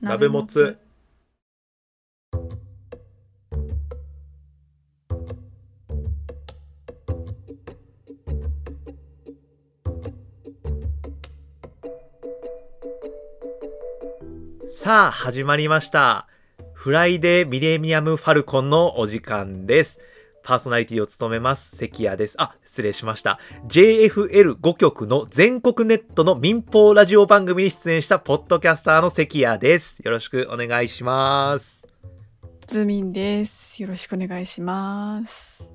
鍋もつさあ始まりましたフライデーミレニアムファルコンのお時間ですパーソナリティを務めます関谷ですあ失礼しました JFL5 局の全国ネットの民放ラジオ番組に出演したポッドキャスターの関谷ですよろしくお願いしますズミンです。よろしくお願いします。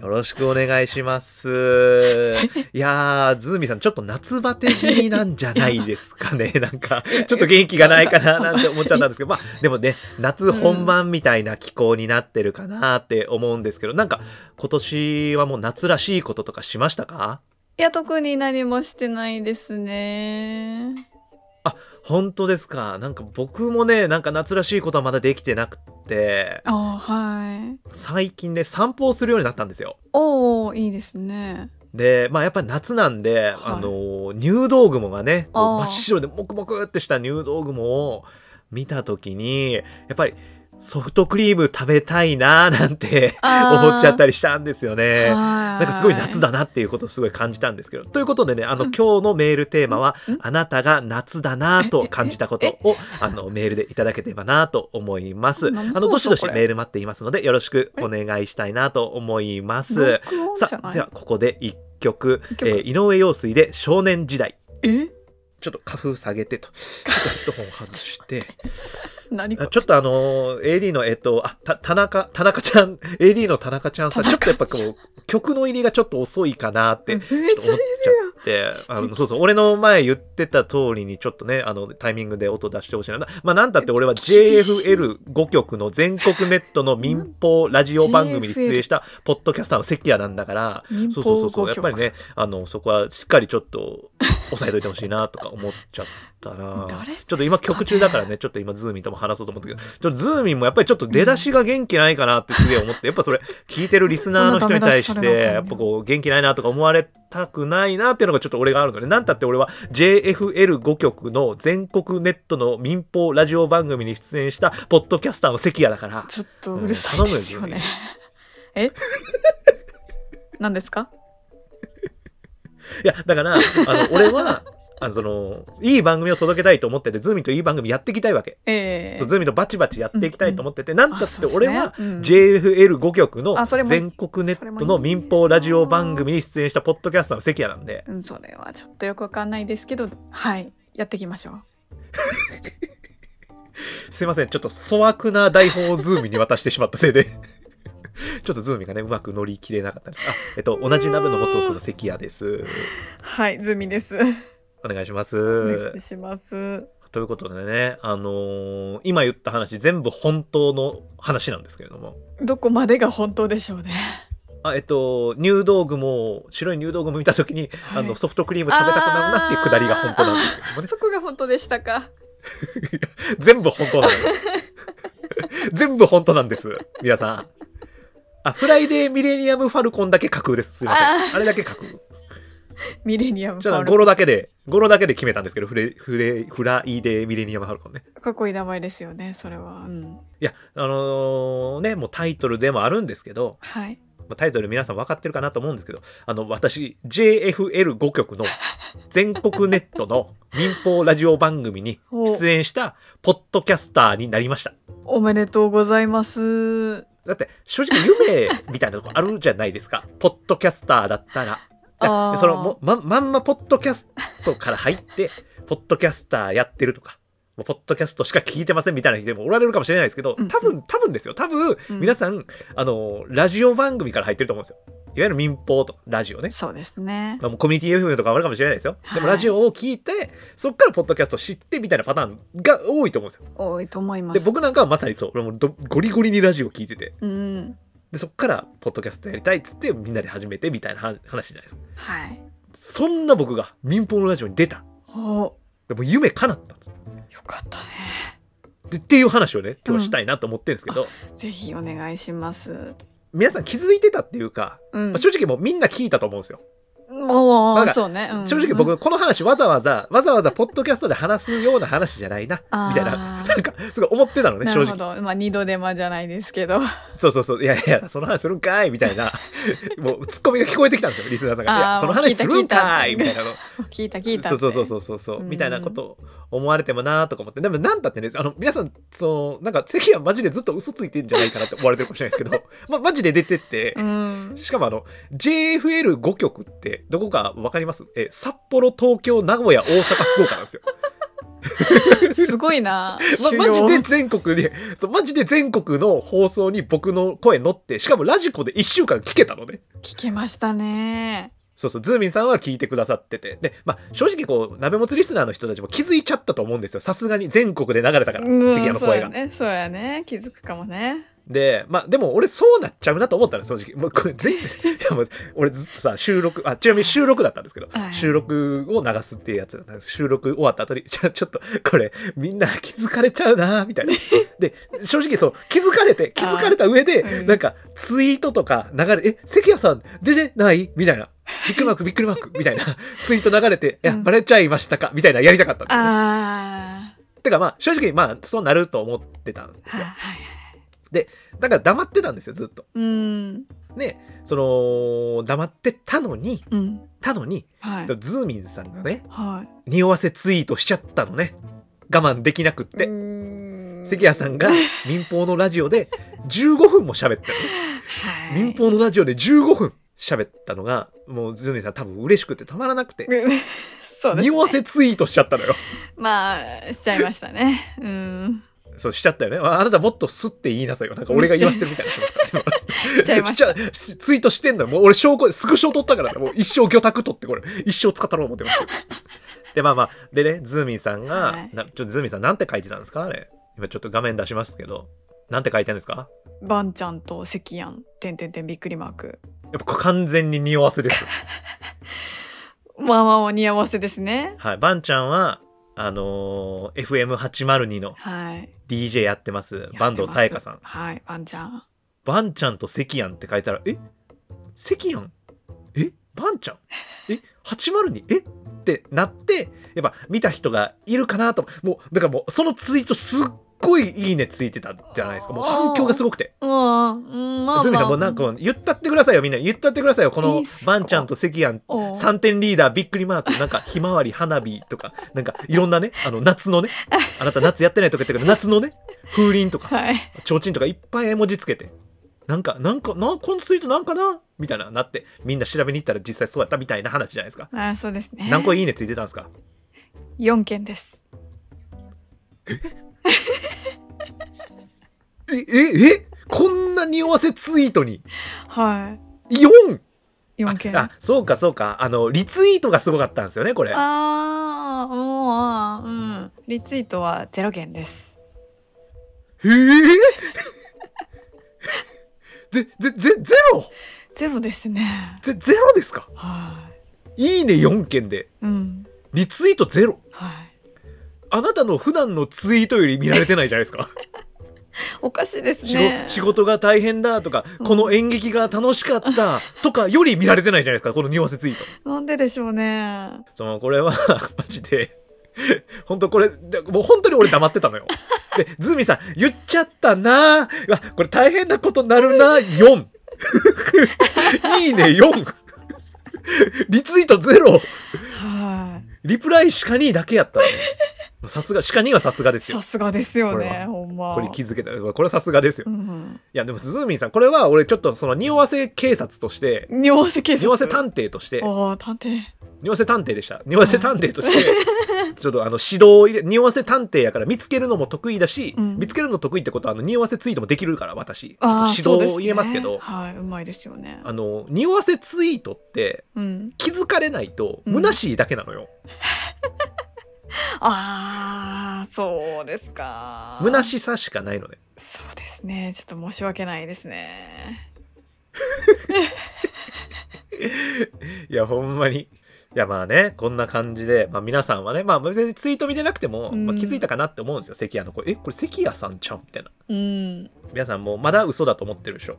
よろしくお願いします。いやー、ズーミさん、ちょっと夏バテ気味なんじゃないですかね。 なんか、ちょっと元気がないかななんて思っちゃったんですけど、まあ、でもね、夏本番みたいな気候になってるかなって思うんですけど、なんか、今年はもう夏らしいこととかしましたかいや、特に何もしてないですね。本当ですかなんか僕もね、なんか夏らしいことはまだできてなくて、あはい。最近ね、散歩をするようになったんですよ。おお、いいですね。で、まあ、やっぱり夏なんはで、いあのー入道雲がねこうあ真ーっ白でモクモクってした入道雲を見た時にやっぱりソフトクリーム食べたいなーなんて 思っちゃったりしたんですよりね。ななんかすごい夏。だなっていうことをすごい感じたんですけど。ということでね、あのうん今日のメールテーマはうん、あなたが夏だなと感じたことをあのメールでいただければなと思いま す。あ生放送の、どしどしこれメール待っていますので、よろしくお願いしたいなと思います。録音じゃさあなでいはここで一曲一曲えー井上陽水で「少年時代え」ちょっと花粉下げてとちょっとヘッドホン外して 何あちょっとあのー AD のえっとあた田中田中ちゃん AD の田中ちゃんさんちょっとやっぱこ田う曲の入りがちょっと遅いかなってめ思っっちゃいるちゃって指摘あのそうそう俺の前言ってた通りにちょっとねあのタイミングで音出してほしいなまあなんたって俺は厳しい JFL5 局の全国ネットの民放ラジオ番組に出演したポッドキャスターの関谷なんだから民そ放うそうそうそう五やっ局ぱりねあのそこはしっかりちょっと抑えといてほしいなとか思っちゃったな誰ですかねちょっと今曲中だからねちょっと今ズーミンとも話そうと思ったけどちょっとズーミンもやっぱりちょっと出だしが元気ないかなってすげえ思ってやっぱそれ聞いてるリスナーの人に対こしんなダてメ出しされなあかんねやっぱこう元気ないなとか思われたくないなっていうのがちょっと俺があるのでなんたって俺は JFL5 局の全国ネットの民放ラジオ番組に出演したポッドキャスターの関谷だからちょっとうるさいですようんね。え何ですかいや、だから、あの、俺 は、あの、その、いい番組を届けたいと思ってて、ズーミンといい番組やっていきたいわけ。ええそうズーミンとバチバチやっていきたいと思ってて、なんたって俺は、うん、 JFL5 局のあそれも全国ネッそトのれもいいです民放ラジオ番組に出演したポッドキャスターの関谷なんで、うんそれはちょっとよくわかんないですけど、はい。やっていきましょう。すいません、ちょっと粗悪な台本をズーミンに渡してしまったせいで。 ちょっとズーミンがね、うまく乗り切れなかったです。あ、えっと、同じ鍋の持つ奥の関谷です。はい、ズミです。お願いします。お願いします。ということでね、あのー今言った話、全部本当の話なんですけれども。どこまでが本当でしょうね。あえっと、入道雲を、白い入道雲見たときに、はいあの、ソフトクリーム食べたくなるなっていうくだりが本当なんですけ どもね。そこが本当でしたか。全部本当なんです。 全部本当なんです。皆さん。あ、フライデーミレニアムファルコンだけ架空です。すいません。ああれだけ架空。ミレニアムちフょっァルと語コン。呂だけで、語呂だけで決めたんですけど、フレ、フレ、フライデーミレニアムファルコンね。かっこいい名前ですよね。それは。うん。いや、あのーね、もうタイトルでもあるんですけど、はい。まあタイトル皆さん分かってるかなと思うんですけど、あの、私、JFL5 局の全国ネットの民放ラジオ番組にお出演したポッドキャスターになりました。おめでとうございます。だって、正直夢みたいなとこあるじゃない ですか。ポッドキャスターだったら。あいやーそのもままんまポッドキャストから入 って、ポッドキャスターやってるとか、もうポッドキャストしか聞いてませんみたいな人もおられるかもしれないですけど、多うん分、多分ですよ。多分、うん皆さん、あの、ラジオ番組から入ってると思うんですよ。いわゆる民放とか、ラジオね。そうですね。まあ、もうコミュニティ FM とかもあるかもしれないですよ。でもはいラジオを聞いて、そっからポッドキャスト知ってみたいなパターンが多いと思うんですよ。多いと思いま。です僕なんかはまさにそう俺もどゴリゴリにラジオ聞いててうん。でそっからポッドキャストやりたいっつってみんなで始めてみたいな話話じゃないですか。はい。そんな僕が民放のラジオに出た。お、でもう夢叶ったんですよかったでっていう話をね今日はしたいなと思ってるんですけど、ね。ぜひお願いします。皆さん気づいてたっていうか、うんまあ、。正直もうみんな聞いたと思うんですよ。もおなんーかそうね。うん正直僕、この話わざわざ、わざわざポッドキャストで話すような話じゃないな、みたいな。あーなんか、すごい思ってたのね、な正るほ直。ど。まあ、二度手間じゃないですけど。 そうそうそう。いやいや、その話するんかいみたいな。もう、ツッコミが聞こえてきたんですよ、リスナーさんが。いあーや、その話するんかいもみうたいなの。聞いた聞いた。そうそうそうう。そうそうそう、うんみたいなこと思われてもなーとか思ってでもなんだってねあの皆さんそのなんか関はマジでずっと嘘ついてんじゃないかなって思われてるかもしれないですけど、 まあ、マジで出てって、うん。 しかもあの JFL5 局ってどこかわかりますえ札幌東京名古屋大阪福岡なんですよ、 すごいな。 ま、修マジ行で全国でそうマジで全国の放送に僕の声乗ってしかもラジコで1週間聞けたのね聞けましたね。そうそう、ズーミンさんは聞いてくださってて。で、まあ、正直こう、鍋もつリスナーの人たちも気づいちゃったと思うんですよ。さすがに全国で流れたから、うん関谷のそう声やが。ね。そうやね。気づくかもね。 で、まあ、でも俺そうなっちゃうなと思ったの、正直。もうこ れ全部、いやもう俺ずっとさ、収録、あ、ちなみに収録だったんですけど、はい収録を流すっていうやつだったんです。収録終わった後に、 ちょちょっと、これ、みんな気づかれちゃうなみた いな。で、正直そう、気づかれて、気づかれた上で、うんなんか、ツイートとか流れ、え、関谷さん出てないみたいな。びっくりマーク、びっくりマーク、みたいな。ツイート流れて、いや、うんバレちゃいましたかみたいなやりたかったんですよね、あてかまあ、正直、まあ、そうなると思ってたんであ。すはいよ。はい。だから黙ってたんですよ、ずっと。うん。ね、その黙ってたのにうん。たのにはい。ズーミンさんがねは匂わせツイートしちゃったのね我慢できなくっい。て、う関谷さ んが民放のラジオで15分も喋ったのね、はい。民放のラジオで15分喋ったのがもうズーミンさん多分嬉しくてたまらなくてうん そうです匂わせツイートしちゃったのよまあしちゃいましたねうんそうしちゃったよねああなたもっとすって言いなさいよなんか俺が言わせてるみたいな しちゃいましたしちゃしツイートしてんのよもう俺証拠スクショ撮ったからねもう一生魚拓取ってこれ一生使ったろう思ってます でまあまあでねズーミンさんが、はいなちょズーミンさんなんて書いてたんですかあれ今ちょっと画面出しますけどなんて書いてあるんですかバンちゃんと関やんてんてんてんびっくりマークやっぱこれ完全に匂わ せですまあまあお似合わせですねはいバンちゃんはあのー FM802 のはいやって DJ やってますます坂東さやかさんはいバンちゃんバンちゃんと関やんって書いたら、え関やんえバンちゃんえ ?802? えってなって、やっぱ見た人がいるかなと、もう、だからもう、そのツイートすっごいいいねついてたじゃないですか。もう反響がすごくて。うんまあズミまさんあもうなんかもう言ったってくださいよ、みんな。言ったってくださいよ、こいいのっすかバンちゃんと関やん。おう3点リーダーびっくりマークなんかひまわり花火とかなんかいろんなねあの夏のねあなた夏やってないとか言ってるけど夏のね風鈴とかはい提灯とかいっぱい絵文字つけてなんかなんかなこのツイートなんかなみたいななってみんな調べに行ったら実際そうやったみたいな話じゃないですかあそうですね何個いいねついてたんですか4件ですえええこんな匂わせツイートには 4! い4件ああそうかそうかあのリツイートがすごかったんですよねこれあーもううんリツイートは0件ですええ ぜぜぜゼロゼロですねぜゼロですかはいいね4件でうんリツイートゼロはいあなたの普段のツイートより見られてないじゃないですかおかしいです仕ね事仕事が大変だとか、うんこの演劇が楽し かったとかより見られてないじゃないですか、このニュアンスツイート。なんででしょうねその、これは、 マジで、本当これ、でもう本当に俺黙ってたのよ。で、ズーミンさん、言っちゃったなぁ。うわこれ大変なことになるなぁ、4。いいね、4。リツイートゼロ。はリプライ鹿にだけやったのよさすが、鹿にはさすがでい。すよさ。すがですよこれはね、ほんま。これ気づけた。これはさすがですよ。うん。いや、でも、ズーミンさん、これは俺ちょっとその匂わせ警察として、匂わせ警察。匂わせ探偵として、ああ、探偵。匂わせ探偵でした。匂わせ探偵として、ちょっとあの指導を入れ、匂わせ探偵やから見つけるのも得意だし、うん見つけるの得意ってことは、あの、匂わせツイートもできるから、私。ああ、指そうで導すをね入れますけど、はい、うまいですよね。あの、匂わせツイートって、うん。気づかれないと、うん虚しいだけなのよ。ああ、そうですか。虚しさしかないのね。そうですね。ちょっと申し訳ないですね。いや、ほんまに。いや、まあね、こんな感じで、まあ皆さんはね、まあ別にツイート見てなくても、うんまあ、気づいたかなって思うんですよ、関谷の声。え、これ関谷さんちゃんみたいな。うん。 皆さんもうまだ嘘だと思ってるでしょ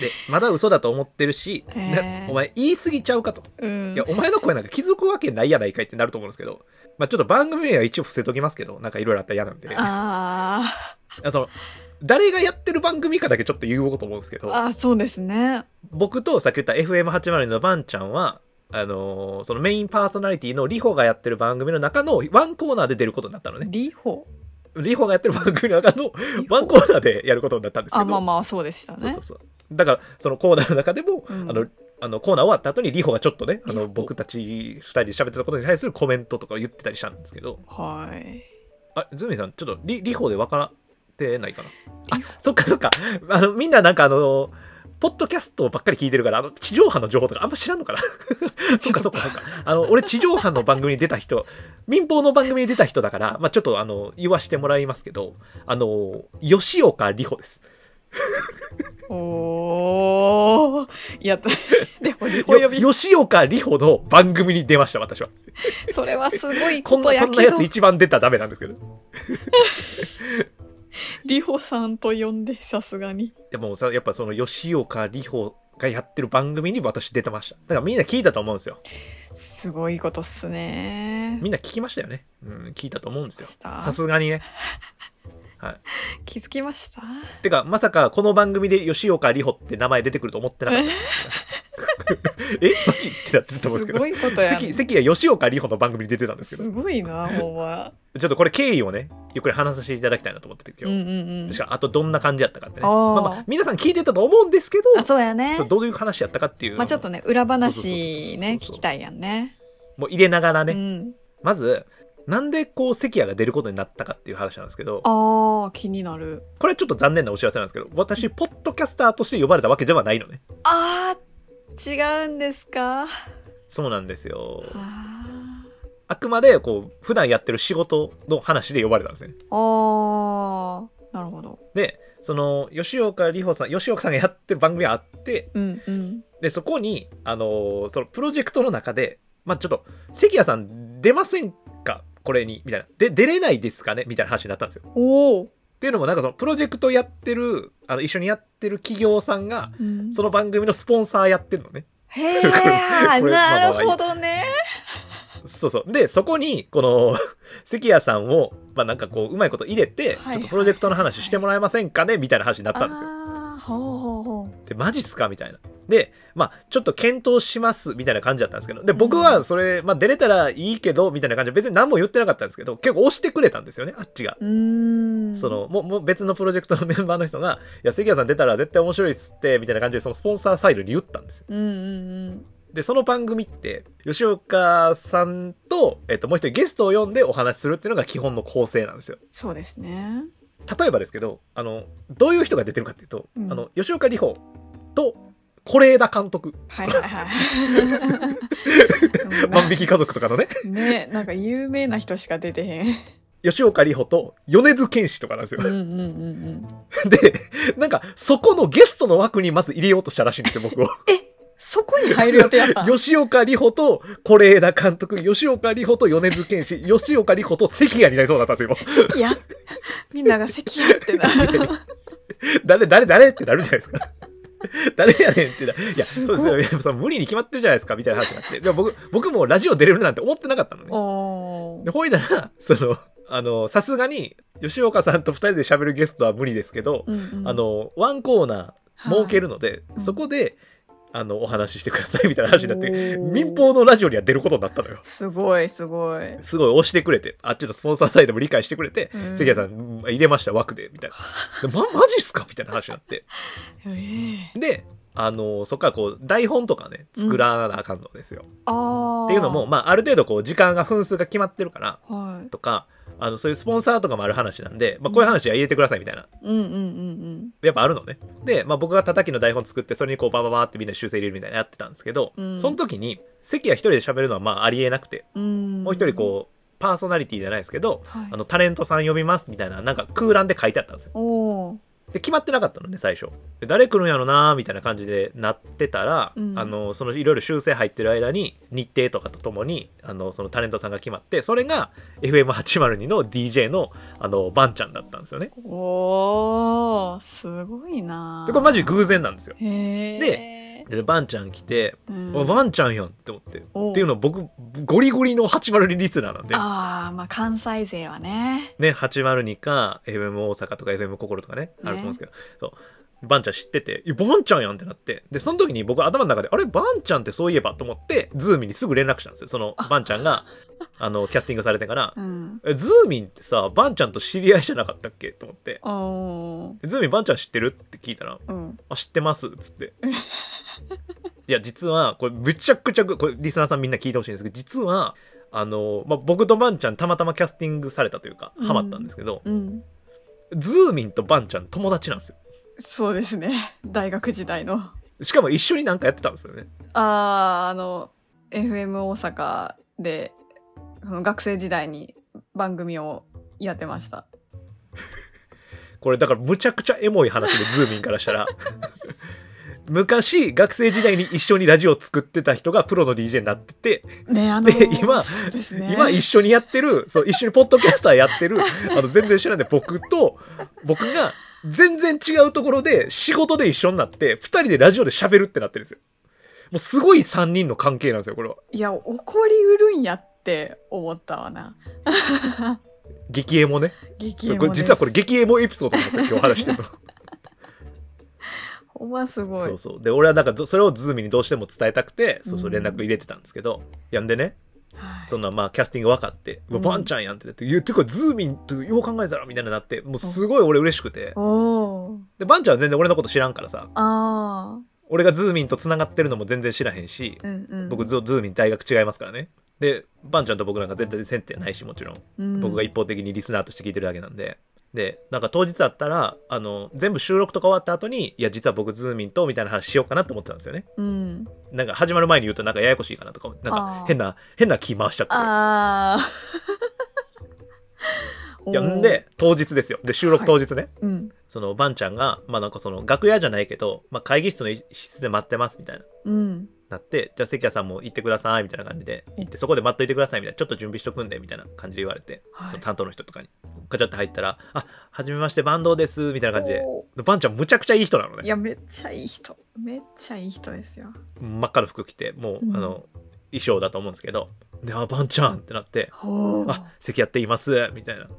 でまだ嘘だと思ってるし、えーなお前言い過ぎちゃうかとうんいやお前の声なんか気づくわけないやないかいってなると思うんですけど、まあ、ちょっと番組名は一応伏せときますけどなんかいろいろあったら嫌なんでああその誰がやってる番組かだけちょっと言おうと思うんですけーどあーそうですね僕とさっき言った FM802 のバンちゃんはあのーそのメインパーソナリティのリホがやってる番組の中のワンコーナーで出ることになったのねリホリホがやってる番組の中のワンコーナーでやることになったんですけどあまあまあそうでしたねそうそうそうだからそのコーナーの中でも、うんあのあのコーナー終わった後にリホがちょっとねあリのホ僕たち2人で喋ってたことに対するコメントとか言ってたりしたんですけどはいあズミさんちょっとリリホで分からってないかなあそっかそっかあのみんななんかあのポッドキャストばっかり聞いてるからあの地上波の情報とかあんま知らんのか なそっかそっかそっかあの俺地上波の番組に出た人民放の番組に出た人だから、まあ、ちょっとあの言わしてもらいますけどあの吉岡里帆ですおーいや でもリホ呼びよ吉岡里帆の番組に出ました私はそれはすごいここんなとやこんなけやどつ一番出たらダメなんですけどいリホさんと呼んでさすがにやもうさやっぱその吉岡里帆がやってる番組に私出てましただからみんな聞いたと思うんですよすごいことっすねみんな聞きましたよねうん聞いたと思うんですよ聞きましたさすがにね気づきましたてかまさかこの番組で吉岡里帆って名前出てくると思ってなかった えマジってなってるすと思うんですけどごいことや関関谷吉岡里帆の番組に出てたんですけすどごいなほんまちょっとこれ経緯をねゆっくり話させていただきたいなと思ってて今うん日、うんうんしかもあとどんな感じやったかってねあーまあまあ、皆さん聞いてたと思うんですけどあそうやねそうどういう話やったかっていうのも,、まあちょっとね裏話ねそうそうそうそうそう聞きたいやんねもう入れながらね、うんまずなんでこう関谷が出ることになったかっていう話なんですけどあー気になるこれはちょっと残念なお知らせなんですけど私ポッドキャスターとして呼ばれたわけではないのねあー違うんですかそうなんですよああくまでこう普段やってる仕事の話で呼ばれたんですねーあーなるほどでその吉岡里帆さん吉岡さんがやってる番組があってうんうんでそこにあのーそのプロジェクトの中でまあちょっと関谷さん出ませんかこれにみたいなで出れないですかねみたいな話になったんですよおお、っていうのもなんかそのプロジェクトやってるあの一緒にやってる企業さんがうんその番組のスポンサーやってるのねへ これえこれなるほどねそうそうでそこにこの 関谷さんをまあなんかこううまいこと入れはて、いはいちょっとプロジェクトの話してもらえませんかねみたいな話になったんですよあーほうほうほでマジっすかみたいなでまあちょっと検討しますみたいな感じだったんですけどで僕はそれ、まあ、出れたらいいけどみたいな感じで別に何も言ってなかったんですけど結構押してくれたんですよねあっちがううーんそのもうもう別のプロジェクトのメンバーの人が「いや関谷さん出たら絶対面白いっすって」みたいな感じでそのスポンサーサイドに言ったんですようんうんうんでその番組って吉岡さんと、えっと、もう一人ゲストを呼んでお話しするっていうのが基本の構成なんですよそうですね例えばですけどあのどういう人が出てるかっていうと、うんあの吉岡里帆と是枝監督はいはい はい。万引き家族とかのね ねなんか有名な人しか出てへん。吉岡里帆と米津玄師とかなんですよ うんうんうん。でなんかそこのゲストの枠にまず入れようとしたらしいんですよ 僕をそこに入る予定やった ん。吉岡里帆と是枝監督吉岡里帆と米津玄師吉岡里帆と関谷になりそうだったんですよ今 関谷みんなが関谷ってな。誰誰誰ってなるじゃないですか 誰やねんってな。いや、すそごいうですよ。いやその無理に決まってるじゃないですか、みたいな話になって。でも僕、僕もラジオ出れるなんて思ってなかったのね。おで、ーほいだら、その、あの、さすがに、吉岡さんと二人で喋るゲストは無理ですけど、うんうんあの、ワンコーナー設けるるので、うんそこで、あの、お話ししてください、みたいな話になって、て民放のラジオには出ることになったのよ。すごいすごい。すごい押してくれて、あっちのスポンサーサイドも理解してくれて、うん関谷さんうん、入れました、枠で、みたい な。でま、マジっすかみたいな話になって。ええで、あのそっからこう台本とかね作らなあかんのですよ。ああ。っていうのも、まあ、ある程度こう時間が分数が決まってるからはい。とかあのそういうスポンサーとかもある話なんで、まあ、こういう話は入れてくださいみたいな。うんうんうんやっぱあるのね。で、まあ、僕が叩きの台本作ってそれにこうバババーってみんな修正入れるみたいなのやってたんですけど、うんその時に関谷一人で喋るのはまあありえなくてうんうん。もう一人こうパーソナリティじゃないですけどうん。はいあのタレントさん呼びますみたいななんか空欄で書いてあったんですよ。おお。で決まってなかったのね最初で誰来るんやろなーみたいな感じでなってたら、うんあのそのいろいろ修正入ってる間に日程とかとともにあのそのタレントさんが決まってそれが FM802 の DJ のあのバンちゃんだったんですよねおーすごいなでこれマジ偶然なんですよへえでバンちゃん来て、うんあバンちゃんやんって思っておっていうの僕ゴリゴリの802リスナーなんでああまあ関西勢はねね、802か FM 大阪とか FM 心とかねあると思うんですけど、そうバンちゃん知ってて「いやバンちゃんやん!」ってなってでその時に僕頭の中で「あれバンちゃんってそういえば」と思ってズーミンにすぐ連絡したんですよそのバンちゃんがあのキャスティングされてからうん「えズーミンってさバンちゃんと知り合いじゃなかったっけ?」と思っておお「ズーミンバンちゃん知ってる?」って聞いたらーうんあ知ってますっつっていや実はこれめちゃくちゃこれリスナーさんみんな聞いてほしいんですけど実はあの、まあ、僕とバンちゃんたまたまキャスティングされたというかうんハマったんですけど、うんズーミンとバンちゃん友達なんですよそうですね大学時代のしかも一緒になんかやってたんですよねあーあの FM 大阪でその学生時代に番組をやってましたこれだからむちゃくちゃエモい話でズーミンからしたら 昔学生時代に一緒にラジオ作ってた人がプロの DJ になっててねあので今そうですね今一緒にやってるそう一緒にポッドキャスターやってるあの全然知らないで僕と僕が全然違うところで仕事で一緒になって2人でラジオで喋るってなってるんですよもうすごい3人の関係なんですよこれはいや怒りうるんやって思ったわな激エモね激そエうモこれです実はこれ激エモエピソードなんですよ今日話 してるのほんますごいそうそうで俺はなんかどそれをズーミにどうしても伝えたくてそうそううん連絡入れてたんですけど、やんでねはいそんなまあキャスティング分かって「うわうんバンちゃんやん」ってなって「いやてかズーミンとよう考えたら」みたいになってもうすごい俺嬉しくておーでバンちゃんは全然俺のこと知らんからさあ俺がズーミンとつながってるのも全然知らへんしーうんうん僕ズズーミン大学違いますからねでバンちゃんと僕なんか絶対接点ないしもちろんうん僕が一方的にリスナーとして聞いてるだけなんで、でなんか当日だったらあの全部収録とか終わった後にいや実は僕ズーミンとみたいな話しようかなと思ってたんですよねうんなんか始まる前に言うとなんかややこしいかなとかなんあかー変な変な気回しちゃってあ あいやんで当日ですよで収録当日ね、うんそのバンちゃんがまあなんかその楽屋じゃないけど、まあ、会議室の一室で待ってますみたいなうんなって、じゃあ関谷さんも行ってくださいみたいな感じで、行ってそこで待っといてくださいみたいな、ちょっと準備しとくんでみたいな感じで言われて、はいその担当の人とかに、ガチャって入ったら、あ、はじめまして、バンドですみたいな感じで、おでバンちゃんむちゃくちゃいい人なーのいね。やめっちゃいい人めっちゃいい人ですよ真っ赤な服着て、もうう、んあの、衣装だと思うんですけど、で、あ、バンちゃんってなって、ほうあ、関谷って言いますみたいな。はい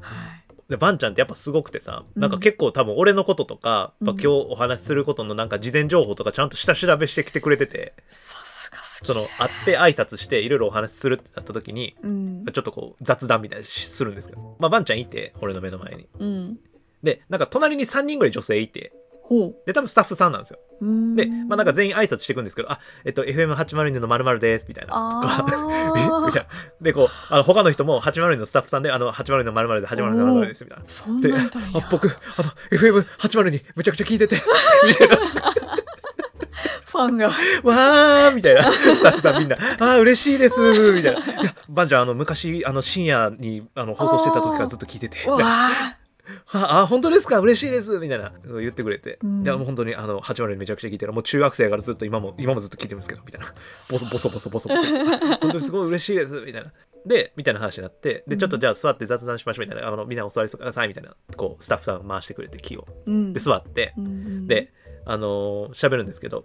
で、バンちゃんってやっぱすごくてさ、うんなんか結構多分俺のこととか、うんまあ今日お話しすることのなんか事前情報とかちゃんと下調べしてきてくれてて、さすが好きその、会って挨拶していろいろお話しするってなった時に、うんちょっとこう雑談みたいなのしするんですけど、まあ、バンちゃんいて俺の目の前にうんでなんか隣に3人ぐらい女性いてほで多分スタッフさんなんですよううんで、まあ、なんか全員挨拶していくんですけど「あえっと FM802 の○○です」みたいなとあか えみたいなでこうあの他の人も802のスタッフさんで「あの802の○○で802の○○です」みたいなーそんでなんだんやあ僕あの FM802 めちゃくちゃ聞いてて みたいなファンがわーみたいな、スタッフさんみんな、あー嬉しいですみたいな。いや、バンちゃん、あの、昔、あの、深夜に、あの、放送してた時からずっと聞いてて、わあ ああ本当ですか嬉しいですみたいなのを言ってくれて、うんいやもう本当にあの80にめちゃくちゃ聞いてるもう中学生からずっと今も今もずっと聞いてるんですけどみたいな ボソボソボソボソボソ本当にすごい嬉しいですみたいなでみたいな話になってでちょっとじゃあ座って雑談しましょうみたいなあのみんなお座りくださいみたいなこうスタッフさんが回してくれて気をうんで座ってうんうんであのー喋るんですけど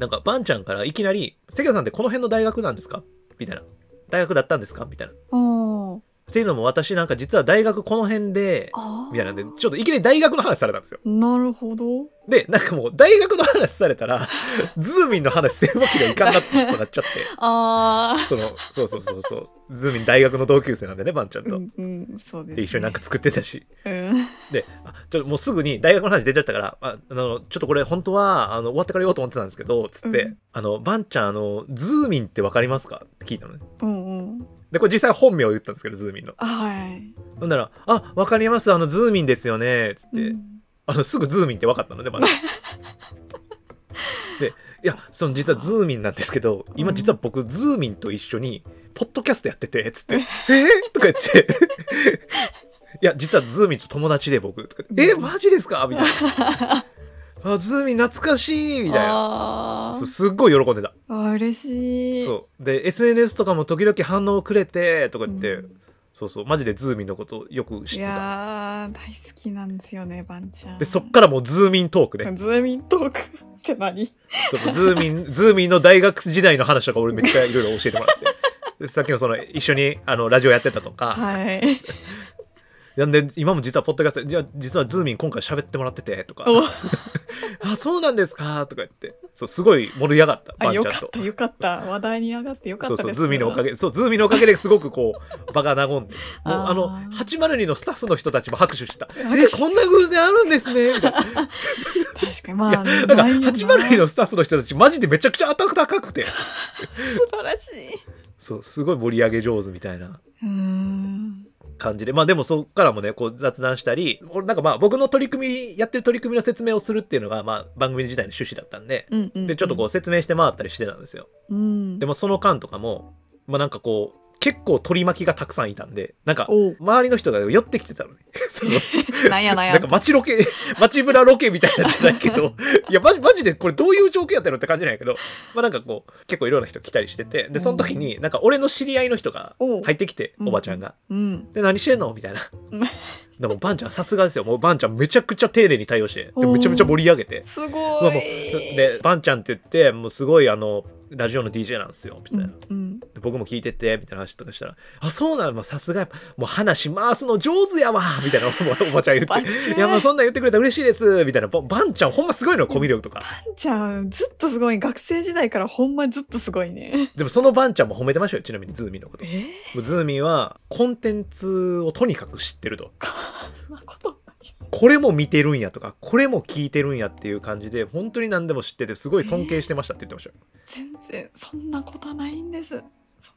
なんかばんちゃんからいきなり「関谷さんってこの辺の大学なんですか?」みたいな「大学だったんですか?」みたいなおーっていうのも私なんか実は大学この辺であーみたいなんでちょっといきなり大学の話されたんですよなるほどで、なんかもう大学の話されたら、ズーミンの話せんわけにはいかんなってなっちゃって、あその、そうそうそうそう、ズーミン大学の同級生なんでね、ばんちゃんーうと。んうんそうですねで、一緒になんか作ってたし。うんで、あちょっともうすぐに大学の話出ちゃったから、ああの、ちょっとこれ本当は、あの、終わってから言おうと思ってたんですけど、つって、うんあの、ばんちゃん、あの、ズーミンってわかりますかって聞いたのね。うんうんで、これ実際本名を言ったんですけど、ズーミンの。あはいほんなら、あ、わかります、あの、ズーミンですよね、つって。うんあの、すぐズーミンって分かったの ね、まだ。で、いや、その実はズーミンなんですけど、今実は僕、ズーミンと一緒に、ポッドキャストやってて、つって、えーとか言って、いや実はズーミンと友達で僕とかう、んえマジですかみたい なあズーミン懐かしいみたいなあそうーすっごい喜んでたあー嬉しいそうで SNS とかも時々反応くれてとか言って、うんそうそうマジでズーミンのことよく知っいてたやー大好きなんですよねバンちゃんでそっからもうズーミントークねズーミントークって何そうズーミン ズーミンの大学時代の話とか俺めっちゃいろいろ教えてもらってでさっきのその一緒にあのラジオやってたとか、 はいなんで今も実はポッドキャストでじゃあ実はズーミン今回喋ってもらっててとかおあそうなんですかとか言ってそうすごい盛り上がったあバンちゃよんかとったよかった話題に上がってよかっそたうですそうズーミンのおかげげそうズーミンのおかげですごくこう場が和んでもう あーあの802のスタッフの人たちも拍手してた「え拍手こんな偶然あるんですね」みたいな確かに まあいやななんいよかな802のスタッフの人たちマジでめちゃくちゃ温かくて素晴らしいそうすごい盛り上げ上手みたいなうーん感じでまあでもそっからもねこう雑談したり俺なんかまあ僕の取り組みやってる取り組みの説明をするっていうのが、まあ、番組自体の趣旨だったんでうんうんうんでちょっとこう説明して回ったりしてたんですようんでもその間とかもまあなんかこう結構取り巻きがたくさんいたんでなんかおう周りの人が寄ってきてたのね そのなんやなんやなんか街ロケ 街ブラロケみたいなんじゃない けどいやマジマジでこれどういう状況やったのって感じなんやけどまあなんかこう結構いろんな人来たりしててでその時になんか俺の知り合いの人がおう入ってきてうんおばちゃんがうん「で何してんの?」みた いなうん。でもバンちゃんさすがですよもうバンちゃんめちゃくちゃ丁寧に対応してでおーめちゃめちゃ盛り上げてすうごわいもうでバンちゃんって言ってもうすごいあのラジオの DJ なんですよみたういな、んうんで僕も聞いててみたいな話とかしたら「あそうなのまあさすがやっぱもう話回すの上手やわ」みたいなおばおばちゃ ん言バっンちゃてん「いやまあそんなん言ってくれたら嬉しいです」みたいなばバンちゃんほんますごいのよコミュ力とかバンちゃんずっとすごい学生時代からほんまずっとすごいねでもそのバンちゃんも褒めてましたよちなみにズーミンのことえもうズーミンはコンテンツをとにかく知ってるとそんなことこれも見てるんやとかこれも聞いてるんやっていう感じで本当に何でも知っててすごい尊敬してましたって言ってましたよ全然そんなことないんですそん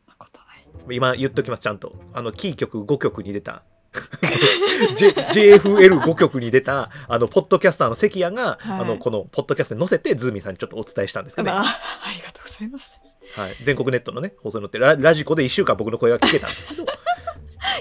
なことない今言っときますちゃんとあのキー曲5曲に出た J- JFL5 曲に出たあのポッドキャスターの関谷が、はいあのこのポッドキャストに載せてズーミンさんにちょっとお伝えしたんですけど、ねまあありがとうございますはい、全国ネットのね放送に載ってララジコで1週間僕の声が聞けたんですけどっ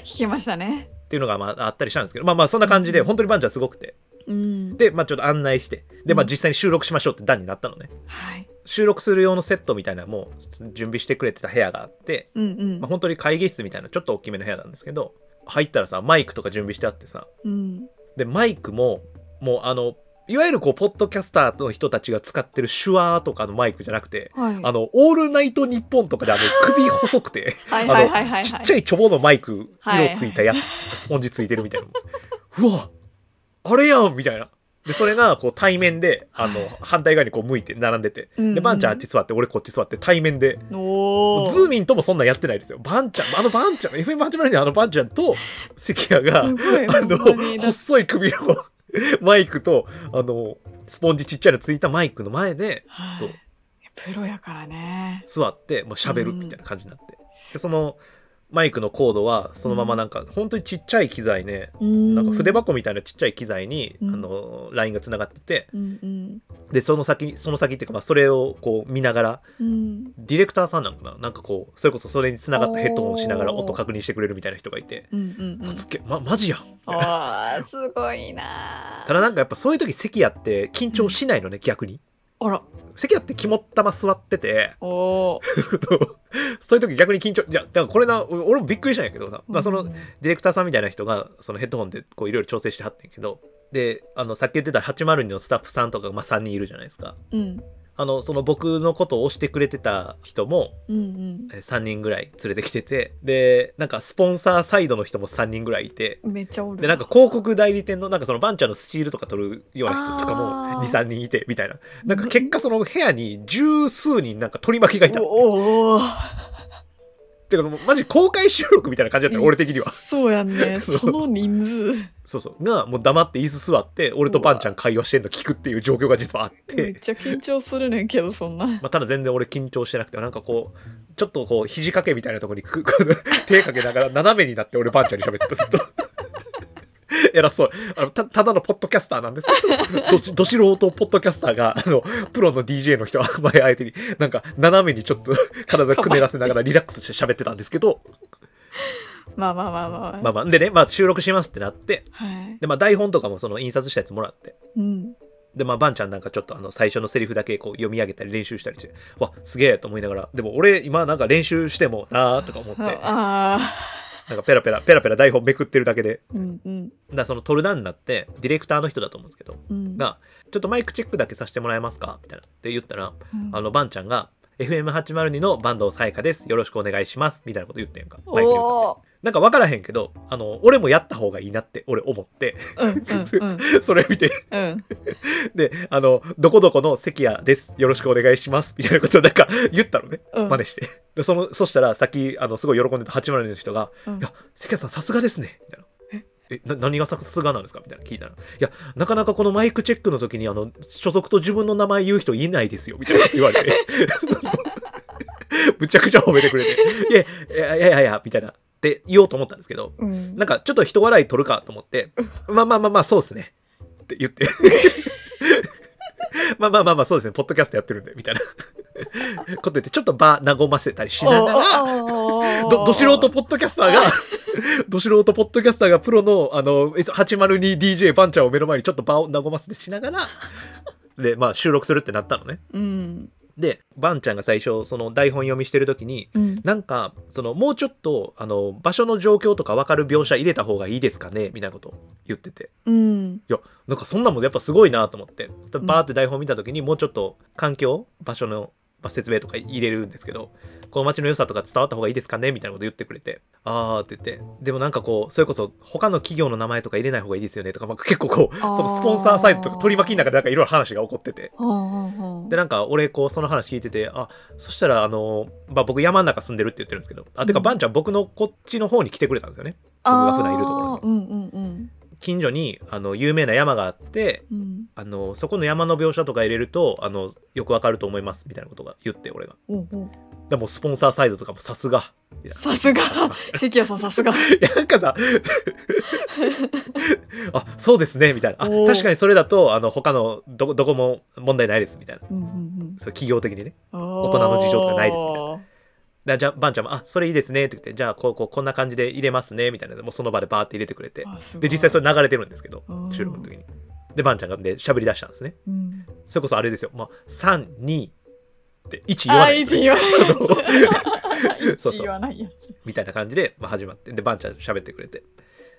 聞きましたねていうのが、まあ、あったりしたんですけどまあまあそんな感じで本当にバンちゃんすごくてうんで、まあ、ちょっと案内してで、まあ、うん実際に収録しましょうって段になったのねはい収録する用のセットみたいなのも準備してくれてた部屋があって、うんうん、まあ、本当に会議室みたいなちょっと大きめの部屋なんですけど入ったらさマイクとか準備してあってさうんでマイクももうあのいわゆるこうポッドキャスターの人たちが使ってる手話とかのマイクじゃなくてはいあのオールナイトニッポンとかであの首細くてはいはいはいはいちはっいちゃいチョボのマイクはい色ついたやつ、スポンジついてるみたいなうわあれやんみたいなでそれがこう対面であのはい反対側にこう向いて並んでてうんうんでバンちゃんあっち座って俺こっち座って対面でおーズーミンともそんなんやってないですよバンちゃんあのバンちゃん FM802 のあのバンちゃんと関谷がすごいあほんまにの、だ細い首の マイクと、あの、スポンジちっちゃいのついたマイクの前で、はいそうプロやからね座って、もう喋るみたいな感じになって。で、その、マイクのコードは、そのままなんか、本当にちっちゃい機材ね、ななんか筆、箱みたいなちっちゃい機材に、うんあの、ラインがつながってて、うんうんで、その先に、その先っていうか、まあ、それをこう見ながら、うんディレクターさんなのかななんかこう、それこそそれにつながったヘッドホンしながらおー音確認してくれるみたいな人がいて、うんうんうんもうすっげえ、ま、マジやんみたいなあーすごいなただなんかやっぱそういう時関谷って緊張しないのね、逆に。あら関谷って肝っ玉座っ てて、おーそういう時逆に緊張、いや、だからこれな、俺俺もびっくりしたんやけどさ、まあ、そのうデんィレクターさんみたいな人が、そのヘッドホンでこういろいろ調整してはってんけど、で、あの、さっき言ってた802のスタッフさんとかが、まあ、3人いるじゃないですか。うんあの、その僕のことを押してくれてた人も、うんうんえー3人ぐらい連れてきてて、で、なんかスポンサーサイドの人も3人ぐらいいて、めっちゃおるでなんか広告代理店のなんかそのバンちゃんのスチールとか取るような人とかもあー23人いてみたいななんか結果その部屋に十数人なんか取り巻きがいたっおおてかもうマジ公開収録みたいな感じだったよ俺的にはそうやんね そうその人数そうそうがもう黙って椅子座って俺とバンちゃん会話してんの聞くっていう状況が実はあっ、めってちゃ緊張するねんけどそ んなまあ、ただ全然俺緊張してなくてなんかこうちょっとこう肘掛けみたいなところにく この手掛けながら斜めになって俺バンちゃんに喋ってたずっと 偉そうあのたただのポッドキャスターなんですけどどしど素人ポッドキャスターがあのプロの DJ の人を前相手になんか斜めにちょっと体くねらせながらリラックスして喋ってたんですけどまあまあまあまあ、まあまあ、でね、まあ、収録しますってなって、はいで、まあ、台本とかもその印刷したやつもらって、うんで、まあ、ばんちゃんなんかちょっとあの、最初のセリフだけこう読み上げたり練習したりして、わ、すげえと思いながら、でも俺、今なんか練習してもなーとか思って、なああんかペラペラ、ペラペラ台本めくってるだけで、うんうんだからそのトルダンになって、ディレクターの人だと思うんですけど、うんが、ちょっとマイクチェックだけさせてもらえますかみたいな。って言ったら、うんあの、ばんちゃんが、FM802 のバンドさやかです。よろしくお願いします。みたいなこと言ってんか。マイクに向かっておおなんか分からへんけど、あの、俺もやった方がいいなって、俺思って、 うんうんそれ見て、うんうんで、あの、どこどこの関谷です。よろしくお願いします。みたいなことをなんか言ったのね。うん真似して。 で、その、そしたら、さっき、あの、すごい喜んでた802の人が、うんいや、関谷さんさすがですね。みたいな。えな何がさすがなんですかみたいな聞いたら「いやなかなかこのマイクチェックの時にあの所属と自分の名前言う人いないですよ」みたいな言われて むちゃくちゃ褒めてくれて「いやいやいやいやいや」みたいなって言おうと思ったんですけどうんなんかちょっと人笑い取るかと思って、まあまあまあまあそうですねって言って。 まあまあまあまあそうですね、ポッドキャストやってるんで、みたいなこと言って、ちょっと場和ませたりしながら、どど、ど素人ポッドキャスターが、ど素人ポッドキャスターがプロの、あの、802DJ バンちゃんを目の前にちょっと場を和ませてしながら、で、まあ収録するってなったのね。うんで、バンちゃんが最初、その台本読みしてる時に、うんなんかそのもうちょっとあの場所の状況とか分かる描写入れた方がいいですかねみたいなことを言っててうんいやなんかそんなんもやっぱすごいなと思ってバーって台本見た時にもうちょっと環境場所のまあ説明とか入れるんですけどこの街の良さとか伝わった方がいいですかねみたいなこと言ってくれてああって言ってでもなんかこうそれこそ他の企業の名前とか入れない方がいいですよねとか、まあ、結構こうあーそのスポンサーサイトとか取り巻きの中でなんかいろいろ話が起こっててほうほうほうでなんか俺こうその話聞いててあそしたらあの、まあ、僕山の中住んでるって言ってるんですけどあてうかんばんちゃん僕のこっちの方に来てくれたんですよね僕が普段いるところあーうんうんうん近所にあの有名な山があってうんあのそこの山の描写とか入れるとあのよくわかると思いますみたいなことが言って俺がおうおうでもうスポンサーサイドとかもさすが さすが関谷さんさすがいやなんかさ あそうですねみたいなあおー確かにそれだとあの他のどこどこも問題ないですみたいなうんうんそう企業的にねうん 大人の事情とかないですみたいだじゃあばんちゃんも「あそれいいですね」って言って「じゃあこうこうこんな感じで入れますね」みたいなのもうその場でバーって入れてくれてあすごいで実際それ流れてるんですけどうん収録の時にでばんちゃんがで喋り出したんですねうんそれこそあれですよ、まあ、32って1言わあなーい一言わないやつ そうそう一言わないやつみたいな感じで、まあ、始まってでばんちゃん喋ってくれて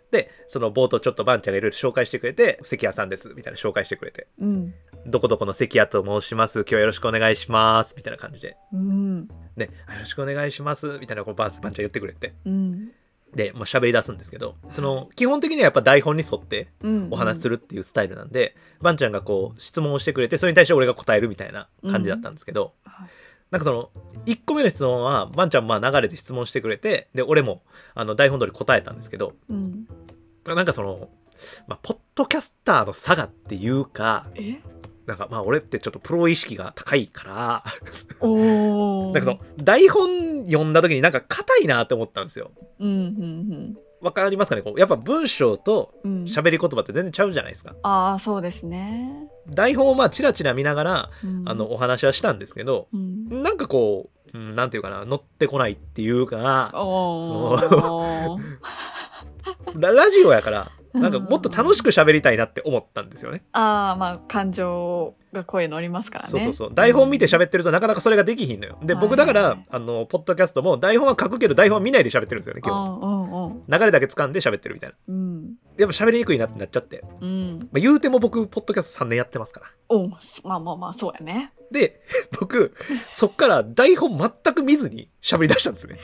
でその冒頭ちょっとばんちゃんがいろいろ紹介してくれて「関谷さんです」みたいな紹介してくれてうん「どこどこの関谷と申します今日はよろしくお願いします」みたいな感じでうん「ね、あよろしくお願いします」みたいなこうばんばんちゃん言ってくれてうんで、まあ、喋り出すんですけどその基本的にはやっぱ台本に沿ってうんお話しするるっていうスタイルなんで、ばんちゃんがこう質問をしてくれてそれに対して俺が答えるみたいな感じだったんですけど、はいなんかその1個目の質問はばんちゃんまあ流れで質問してくれてで俺もあの台本通り答えたんですけどうんなんかその、まあ、ポッドキャスターの差がっていうかえ なんかまあ俺ってちょっとプロ意識が高いからおおなんかその台本読んだ時になんか硬いなって思ったんですよ。うんわかりますかねこうやっぱ文章とうんうん喋り言葉って全然ちゃうじゃないですか。ああそうですね台本をまあチラチラ見ながらうんあのお話はしたんですけどうんなんかこう、うん、なんていうかな乗ってこないっていうかおおララジオやからなんかもっと楽しく喋りたいなって思ったんですよね。ああまあ感情が声乗りますからねそうそうそう台本見てっ喋ってるとなかなかそれができひんのよ。で僕だかはいはいはらいあのポッドキャストも台本は書くけど台本は見ないで喋ってるんですよねう今んうんうん日。流れだけ掴んで喋ってるみたいな。うんやっぱ喋りにくいなってなっちゃって、うんまあ、言うても僕ポッドキャスト3年やってますから。おうまあまあまあそうやねで僕そっから台本全く見ずに喋り出したんですね。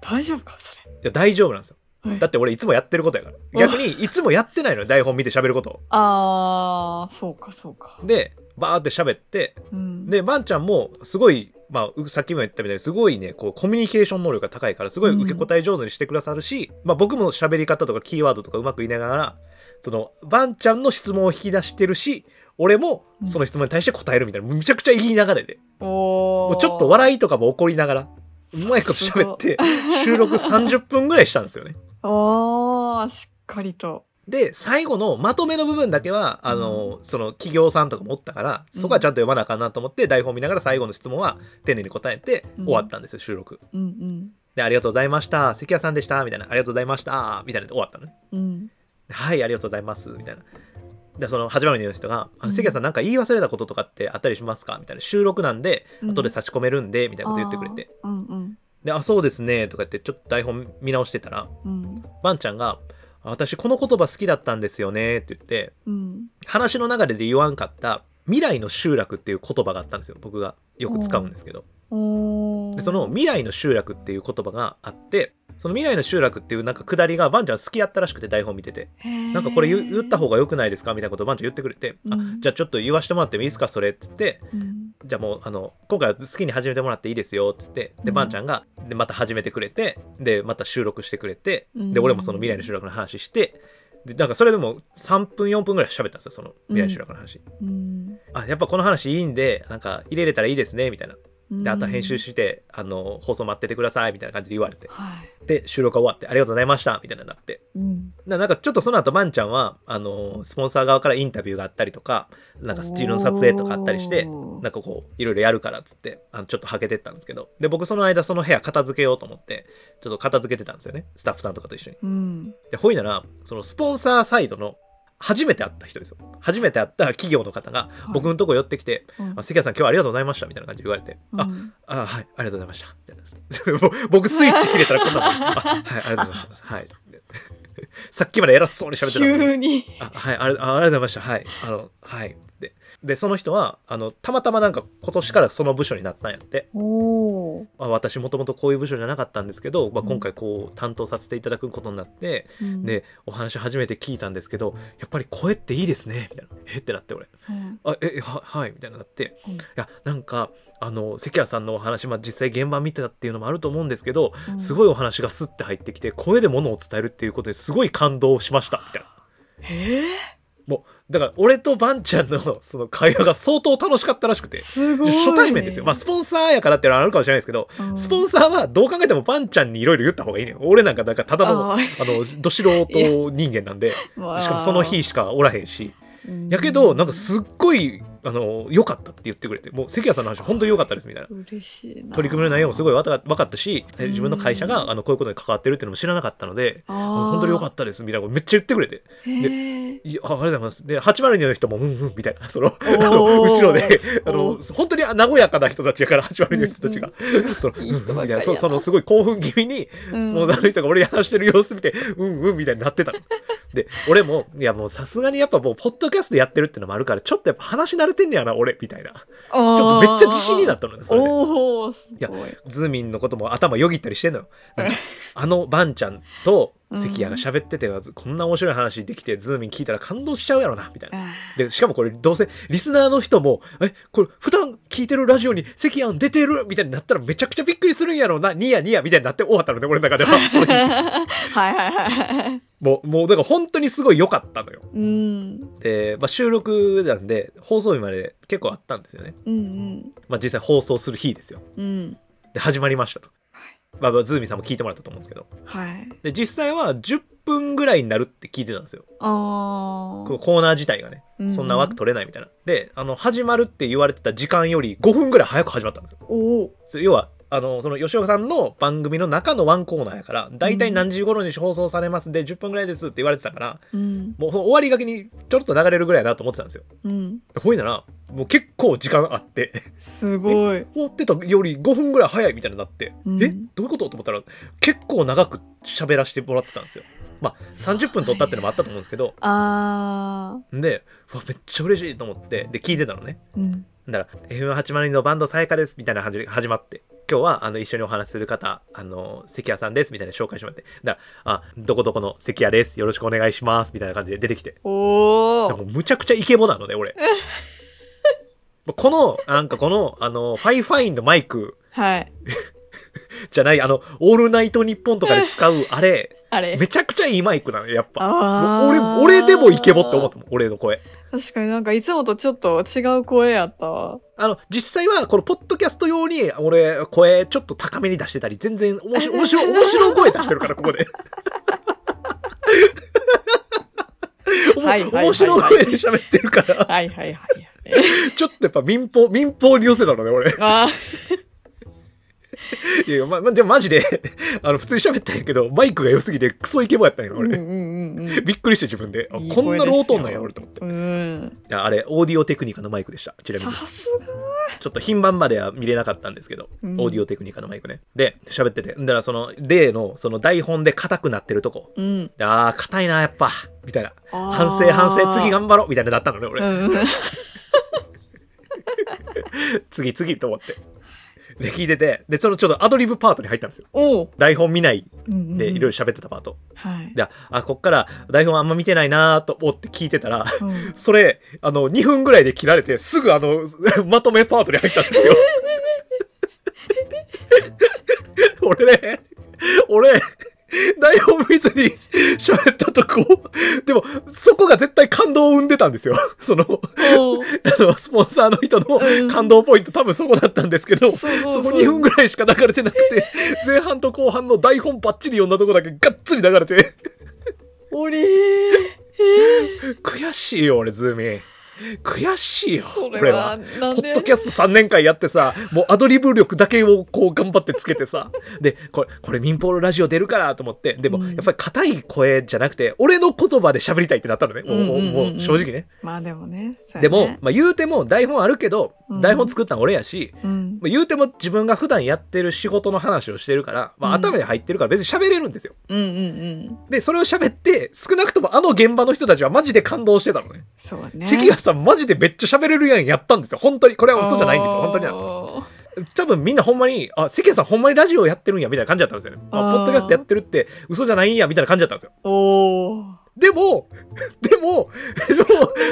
大丈夫かそいや大丈夫なんですよ。れだって俺いつもやってることやから逆にいつもやってないのよ台本見て喋ることをああそうかそうかでバーって喋ってうんでばんちゃんもすごいまあさっきも言ったみたいにすごいねこうコミュニケーション能力が高いからすごい受け答え上手にしてくださるし、まあ、僕も喋り方とかキーワードとかうまく言いながらそのばんちゃんの質問を引き出してるし俺もその質問に対して答えるみたいなむちゃくちゃいい流れでおもおうちょっと笑いとかも起こりながらうまいこと喋って収録30分ぐらいしたんですよね。おーしっかりとで最後のまとめの部分だけはあの、その企業さんとかもおったからうんそこはちゃんと読まなあかんなと思って、台本見ながら最後の質問は丁寧に答えてうん終わったんですよ収録、うんで、ありがとうございました。関谷さんでした。みたいな。ありがとうございました。みたいな。で終わったのね。うんはい、ありがとうございます。みたいな。で、その、始まるの人が、うあんの関谷さん、なんか言い忘れたこととかってあったりしますかみたいな。収録なんで、うん後で差し込めるんで、みたいなこと言ってくれて。あーうんうんで、あ、そうですね。とか言って、ちょっと台本見直してたら、うんバンちゃんが、あ私、この言葉好きだったんですよね。って言って、うん話の流れで言わんかった、未来の集落っていう言葉があったんですよ。僕がよく使うんですけど。おーでその未来の集落っていう言葉があってその未来の集落っていうなんか下りがバンちゃん好きやったらしくて台本見ててななんかこれ言言った方が良くないですかみたいなことをバンちゃん言ってくれて、あうんじゃあちょっと言わしてもらってもいいですかそれっつってうんじゃあもうあの今回は好きに始めてもらっていいですよっつってうでんバンちゃんがでまた始めてくれてでまた収録してくれてでうん俺もその未来の集落の話してでなんかそれでも3分4分ぐらい喋ったんですよその未来の集落の話、うんあやっぱこの話いいんでなんか入れれたらいいですねみたいなうんであとは編集して、あの放送待っててくださいみたいな感じで言われてはいで収録が終わってありがとうございましたみたいなのになってうんななんかちょっとその後バンちゃんはあのスポンサー側からインタビューがあったりとかなんかスチールの撮影とかあったりしておーなんかこういろいろやるからっつってあのちょっとはけてったんですけどで僕その間その部屋片付けようと思ってちょっと片付けてたんですよねスタッフさんとかと一緒にうんでほいならそのスポンサーサイドの初めて会った人ですよ初めて会った企業の方がはい僕のとこ寄ってきて「うんあ関谷さん今日はありがとうございました」みたいな感じで言われて「あうんあはい、ありがとうございました。みたいな 僕、スイッチ切れたらこんなもん。あはい、ありがとうございました。はい。 さっきまで偉そうに喋ってたのに。急にあはいあれあ、ありがとうございました。はい。あの、はい。で、でその人は、あの、たまたまなんか今年からその部署になったんやって。おお、まあ、私、もともとこういう部署じゃなかったんですけど、まあ、うん今回こう担当させていただくことになって、うんで、お話初めて聞いたんですけど、やっぱり声っていいですね。みたいな。えってなって、俺。うんあえははいみたいになって、うんいやなんかあの関谷さんのお話、まあ、実際現場見てたっていうのもあると思うんですけど、うんすごいお話がスッて入ってきて声で物を伝えるっていうことにすごい感動しましたみたいなえだから俺とバンちゃんのその会話が相当楽しかったらしくーて、すごいね、初対面ですよまあスポンサーやからっていうのはあるかもしれないですけど、うんスポンサーはどう考えてもバンちゃんにいろいろ言った方がいいね俺なんかなんかただのああーのど素人人間なんでまあ しかもその日しかおらへんしうんやけどなんかすっごいあの良かったって言ってくれてもう関谷さんの話本当に良かったですみたいな嬉しいな取り組みの内容もすごいいわた分かったしうん自分の会社があのこういうことに関わってるっていうのも知らなかったので本本当に良かっったですみたいなことめっちゃ言ってくれてたへえいやあありがとうございますで802の人もうんうんみたいな その あーの後ろであおの本当に和やかな人たちやから802の人たちが。その いい人ばっかりやな うんうんみたいなそうそのすごい興奮気味にスポンサーの人が俺に話してる様子見て、うん、うんみたいになってたの。で、俺も、いやもうさすがにやっぱもう、ポッドキャストでやってるってのもあるから、ちょっとやっぱ話慣れてんねやな、俺、みたいな。ちちょょっとめっちゃ自信になったのね、それで。おおすごいいやズーミンのことも頭よぎったりしてんのよ。なんかあのバンちゃんと関谷が喋ってて、こんな面白い話できて、ズーミン聞いたら感動しちゃうやろな、みたいな。あで、しかもこれ、どうせ、リスナーの人も、え、これ、普段聞いてるラジオに関谷出てるみたいになったらめちゃくちゃびっくりするんやろうな、ニヤニヤみたいになって終わったのね、俺の中で は。ーはいはいはいもう、もう、だから本当にすごい良かったのよ。うんで、まあ、収録なんで、放送日まで結構あったんですよね。うんまあ、実際放送する日ですよ。うんうんで、始まりましたと。はいまあ、まあズーミンさんも聞いてもらったと思うんですけど。はいで、実際は10分ぐらいになるって聞いてたんですよ。あこのコーナー自体がね。そんな枠取れないみたいな。で、あの、始まるって言われてた時間より5分ぐらい早く始まったんですよ。おおつ要は、あの、その吉岡さんの番組の中のワンコーナーやから、だいたい何時頃に放送されますんで、10分ぐらいですって言われてたから、うんもうその終わりがけにちょっと流れるぐらいだなと思ってたんですよ。うんほいなら、もう結構時間あって、 すごい思ってたより5分ぐらい早いみたいになって、うんえどういうことと思ったら、結構長く喋らせてもらってたんですよ。まあ、30分撮ったってのもあったと思うんですけど、あで、うわ、めっちゃ嬉しいと思って、で、聞いてたのね。ーうんだから F802 のバンドさやかですみたいな感じで始まって今日はあの一緒にお話しする方あの関谷さんですみたいな紹介してもらってだからあどこどこの関谷ですよろしくお願いしますみたいな感じで出てきておだからおもうむちゃくちゃイケボなのね俺 このなんかこのあのファイファインのマイクはいじゃないあのオールナイトニッポンとかで使うあれあれめちゃくちゃいいマイクなのよやっぱあもう俺ー俺でもイケボって思ったもん俺の声確かになんかいつもとちょっと違う声やったわあの、実際は、このポッドキャスト用に、俺、声ちょっと高めに出してたり、全然、面白い、面白い、面白い声出してるから、ここで。おもはいはいはいはい面白い声で喋ってるから、はいはいはいはいちょっとやっぱ民放、民放に寄せたのね、俺。あいやいや、ま、までもマジであの普通に喋ったんやけどマイクが良すぎてクソイケボやったんやうんう俺、んうんうんびっくりして自分であいい声こんなロートンなんですやよ俺と思ってうんいやあれオーディオテクニカのマイクでしたちなみさにすがちょっと品番までは見れなかったんですけど、うんオーディオテクニカのマイクねで喋っててだからその例のその台本で硬くなってるとこうんであー硬いなやっぱみたいな反反省反省次頑張ろうみたいなのだったのね俺、うんうん次次と思ってで聞いててでそのちょっとアドリブパートに入ったんですよおう台本見ないでいろいろいろ喋ってたパート、はいであこっから台本あんま見てないなーと思って聞いてたらうんそれあの2分ぐらいで切られてすぐあの まとめパートに入ったんですよ 俺ね俺台本見ずに 喋ったとこでもそこが絶対感動を生んでたんですよ そのあおうのスポンサーの人うんの感動ポイント、多分そこだったんですけどそうそうそそうこ2分ぐらいしか流れてなく て前半と後半の台本ばっちり読んだとこだけがっつり流れて俺えー悔しいよ俺ズーミン悔しいよそ俺れははなんポでッドキャスト3年間やってさもうアドリブ力だけをこう頑張ってつけて さでこれこれ民放のラジオ出るからと思ってでもうんやっぱり硬い声じゃなくて俺の言葉で喋りたいってなったのねもう,もうう、んうんうんうんもう正直ねまあでもねそうでやねも、まあ、言うても台本あるけどうん台本作ったの俺やし、うんまあ言うても自分が普段やってる仕事の話をしてるから、まうあ、ん頭に入ってるから別に喋れるんですよ。うんうんうんでそれを喋って少なくともあの現場の人たちはマジで感動してたのね。そうね関谷さんマジでめっちゃ喋れるやんやったんですよ。本当にこれは嘘じゃないんですよ。本当になんですよ。おー多分みんなほんまにあ関谷さんほんまにラジオやってるんやみたいな感じだったんですよね。ああーポッドキャストやってるって嘘じゃないんやみたいな感じだったんですよ。おーでも、 でも、 でも、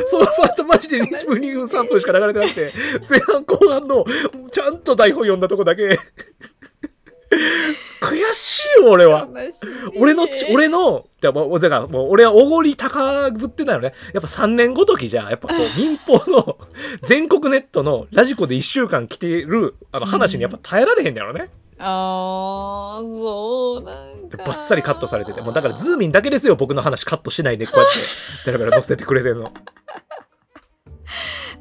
そのパートマジで2分、2分、3分しか流れてなくて、 前半後半の、ちゃんと台本読んだとこだけ、 悔しいよ、俺は。悲しい俺のち、俺の、だからもうだからもう俺はおごり高ぶってないのね。やっぱ3年ごときじゃ、やっぱこう、民放の、全国ネットのラジコで1週間来てる、あの話にやっぱ耐えられへんだよね。ああそうなんでかバッサリカットされてて、もうだからズーミンだけですよ、僕の話カットしないで、こう やって、ベラベラ載せてくれてるの。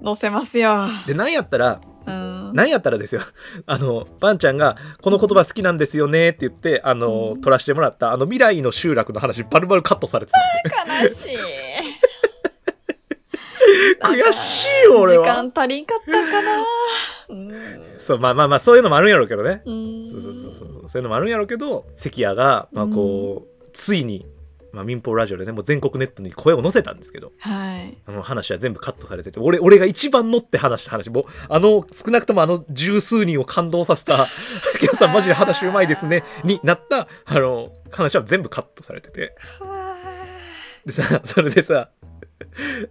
載せますよ、で、なんやったら、うん、なんやったらですよあのバンちゃんが「この言葉好きなんですよね」って言ってあのうん撮らせてもらったあの未来の集落の話バルバルカットされてたんで悲しい 悔しいよ俺はなんか時間足りんかったんかなうんそうまあまあまあそういうのもあるんやろうけどねうんそうそうそうそうそういうのもあるんやろうけど関谷が、まあこうついに、まあ、民放ラジオでねもう全国ネットに声を載せたんですけどはいあの話は全部カットされてて俺俺が一番乗って話した話もうあの少なくともあの十数人を感動させた 「関谷さんマジで話うまいですね」になったあの話は全部カットされてて。でさそれでさ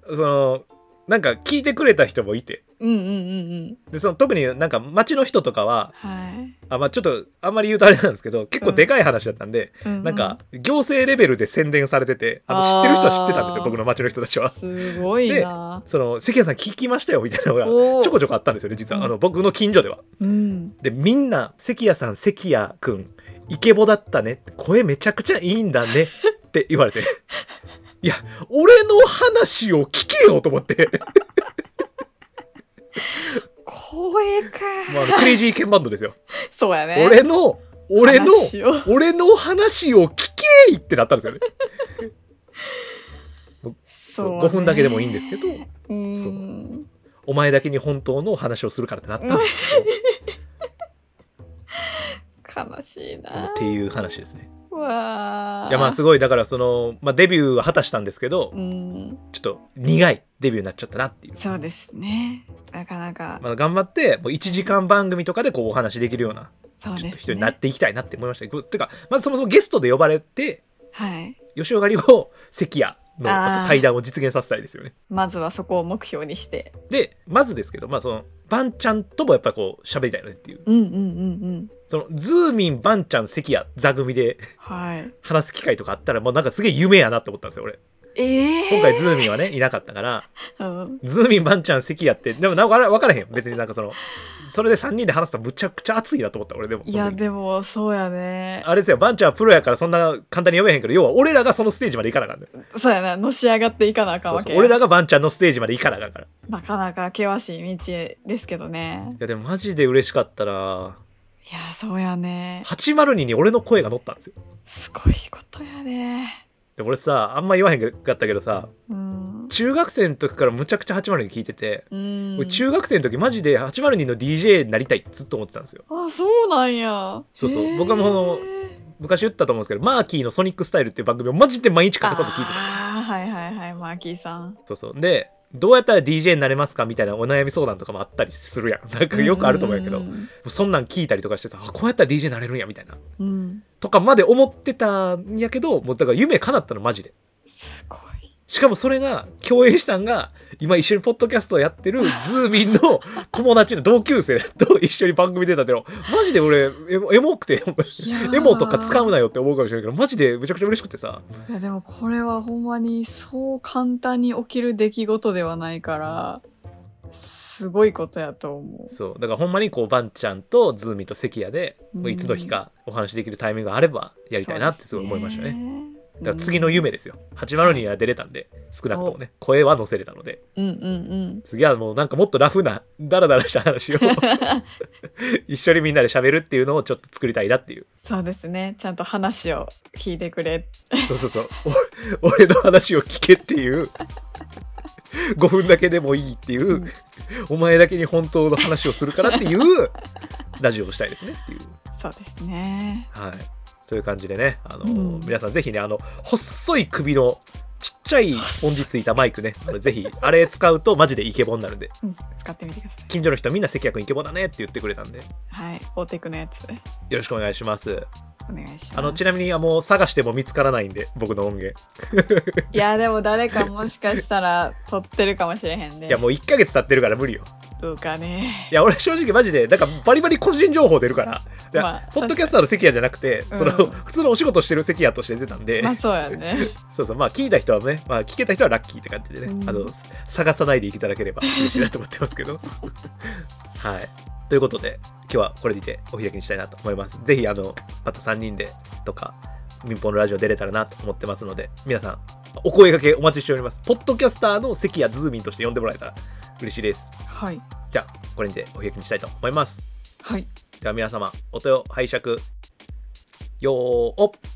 そのなんか聞いてくれた人もいてうんうんうんうんでその特になんか町の人とかははいあ、まあ、ちょっとあんまり言うとあれなんですけど結構でかい話だったんで、ううなんか行政レベルで宣伝されててあの知ってる人は知ってたんですあよー僕の町の人たちは。すごいなその関谷さん聞きましたよみたいなのがおーちょこちょこあったんですよね実はあの僕の近所では。うんでみんな関谷さん関谷くんイケボだったね声めちゃくちゃいいんだねって言わ れていや俺の話を聞けよと思って、 声か、まああの、クレイジーケンバンドですよそうやね俺の俺の話を俺の話を聞けいってなったんですよねそそうう5分だけでもいいんですけどうそうんお前だけに本当の話をするからって なったんですよ悲しいなそうっていう話ですねわあいやまあすごいだからその、まあ、デビューは果たしたんですけどうんちょっと苦いデビューになっちゃったなっていうそうですねなかなか、まあ、頑張ってもう1時間番組とかでこうお話できるようなそうちょでっとす人になっねていきたいなって思いましたね。てかまずそもそもゲストで呼ばれてはい吉岡里帆関谷のあーまた対談を実現させたいですよね。まずはそこを目標にしてでまずですけどまあそのバンちゃんともやっぱりこう喋りたいよねっていううんうんうんうんそのズーミンバンちゃん関谷座組ではい話す機会とかあったらもうなんかすげえ夢やなって思ったんですよ俺。ええ今回ズーミンはねいなかったからうん、ズーミンバンちゃん関谷ってでもなんか分からへんよ別になんかそのそれで3人で話すとむちゃくちゃ熱いなと思った俺でも。いそのや時でもそうやねあれですよ、バンちゃんはプロやからそんな簡単に呼べへんけど、要は俺らがそのステージまで行かなあかんねそうやなのし上がっていかなあかんそうわそけう俺らがバンちゃんのステージまで行かなあかんから。いなかなか険しい道ですけどねや、でもマジで嬉しかったないやーそうやね802に俺の声が乗ったんですよすごいことやねで俺さあんま言わへんかったけどさうん、中学生の時からむちゃくちゃ802聞いてて、うん、俺中学生の時マジで802の DJ になりたいっずっと思ってたんですよあそうなんやそうそう僕はもうその昔言ったと思うんですけどマーキーの「ソニックスタイル」っていう番組をマジで毎日欠かさず聞いてたああはいはいはいマーキーさんそうそうでどうやったら DJ になれますかみたいなお悩み相談とかもあったりするやんなんかよくあると思うんやけど、んんそんなん聞いたりとかしてさあこうやったら DJ になれるんやみたいなうんうんとかまで思ってたんやけどもうだから夢叶ったのマジですごいしかもそれが共演したんが今一緒にポッドキャストをやってるズーミンの友達の同級生と一緒に番組出たってのマジで俺エモエモくていやーエモとか使うなよって思うかもしれないけどマジでめちゃくちゃ嬉しくてさいやでもこれはほんまにそう簡単に起きる出来事ではないからすごいことやと思そうだからほんまにこうバンちゃんとズーミンと関谷でうんもういつの日かお話しできるタイミングがあればうやりたいなってすごい思いましたねだから次のの夢ですよ802は出れたんで少なくともね声は載せれたのでうんうんうん次はもうなんかもっとラフなダラダラした 話を一緒にみんなで喋るっていうのをちょっと作りたいなっていうそうですねちゃんと話を聞いてくれそうそうそうお俺の話を聞けっていう5分だけでもいいっていう、うんお前だけに本当の話をするからっていうラジオをしたいですねっていうそうですねはいそういう感じでねあの、うん皆さんぜひねあの細い首のちっちゃいスポンジついたマイクねあのぜひあれ使うとマジでイケボになるんでうん使ってみてください近所の人みんな関谷君イケボだねって言ってくれたんでよはい大テクのやつろしくお願いしますお願いしますあのちなみにあもう探しても見つからないんで僕の音源いやでも誰かもしかしたら撮ってるかもしれへんねいやもう1ヶ月経ってるから無理よどうか ねいや俺正直マジでなんかバリバリ個人情報出るからいや、まあポッドキャスターの関谷じゃなくて、うんその普通のお仕事してる関谷として出たんで、まあそうやねそうそうまあ聞いた人はね、まあ、聞けた人はラッキーって感じでね、うんあの探さないでいただけ れば嬉しいなと思ってますけどはいということで今日はこれにてお開きにしたいなと思いますぜひあのまた3人でとか民放のラジオ出れたらなと思ってますので皆さんお声掛けお待ちしておりますポッドキャスターの関谷ズーミンとして呼んでもらえたら嬉しいですはいじゃあこれにてお開きにしたいと思いますはいでは皆様お手を拝借よーおっ